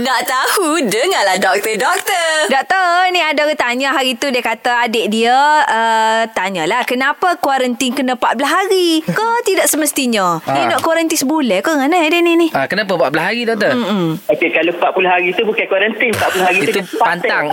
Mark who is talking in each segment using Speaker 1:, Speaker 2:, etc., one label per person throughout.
Speaker 1: Nak tahu, dengarlah doktor, doktor.
Speaker 2: Doktor, ni ada orang tanya hari tu dia kata adik dia uh, tanyalah kenapa kuarantin kena 14 hari ke tidak semestinya. Ni
Speaker 3: Ah.
Speaker 2: nak kuarantin sebulan ke kan eh dia ni ni.
Speaker 3: Ha, kenapa 14 hari doktor? Mm-mm.
Speaker 4: Okey, Eh, kalau 40 hari tu bukan kuarantin, 40 hari tu
Speaker 3: Itu
Speaker 4: dia parting.
Speaker 3: pantang.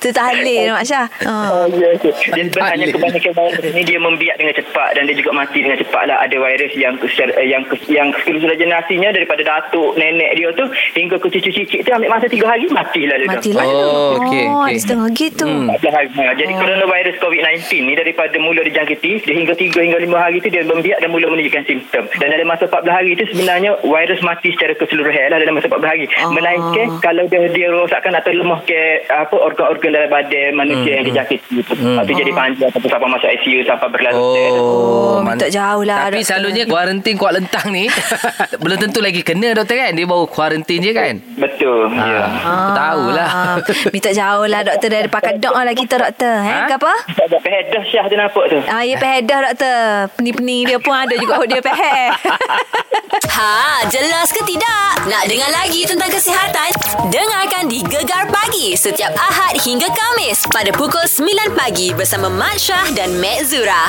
Speaker 2: Tu tahlil Mak Syah. Uh.
Speaker 4: Oh, ya, okey. Dia sebenarnya
Speaker 3: Balik.
Speaker 4: kebanyakan virus ni dia membiak dengan cepat dan dia juga mati dengan cepat lah. Ada virus yang secara- eh, yang yang keseluruhan jenasinya daripada datuk nenek dia tu hingga ke cucu-cicit tu ambil masa 3 hari matilah dia tu.
Speaker 2: Matilah.
Speaker 3: Oh, okey,
Speaker 2: Oh,
Speaker 3: okey.
Speaker 2: ada setengah gitu.
Speaker 3: Hmm.
Speaker 4: 14 hari. Ha, jadi oh. coronavirus COVID-19 ni daripada mula dijangkiti dia hingga 3 hingga 5 hari tu dia membiak dan mula menunjukkan simptom. Dan dalam masa 14 hari tu sebenarnya virus mati secara keseluruhan lah dalam masa 14 hari.
Speaker 2: Ah.
Speaker 4: Oh. Melainkan kalau dia, dia rosakkan atau lemah ke apa organ-organ dalam badan manusia hmm. yang dijangkiti tu. Hmm. Itu jadi panjang sampai sampai masuk ICU sampai berlarut-larut.
Speaker 2: Oh,
Speaker 3: man-
Speaker 2: minta jauh lah,
Speaker 3: Tapi
Speaker 2: doktor.
Speaker 3: selalunya kuarantin Kuala Lentang ni belum tentu lagi kena doktor kan. Dia baru kuarantin je kan.
Speaker 4: Betul. Ya. Yeah.
Speaker 3: Ah, tahu lah.
Speaker 2: Minta jauh lah doktor dari pakai dok lah kita doktor. Eh,
Speaker 3: Ha?
Speaker 2: ha? ke apa?
Speaker 4: Tak ada pehadah Syah tu nampak tu.
Speaker 2: Ah, ya pehed dah doktor. Pening-pening dia pun ada juga hot dia pehed.
Speaker 1: Ha, jelas ke tidak? Nak dengar lagi tentang kesihatan? Dengarkan di Gegar Pagi setiap Ahad hingga Kamis pada pukul 9 pagi bersama Mat Syah dan Mat Zura.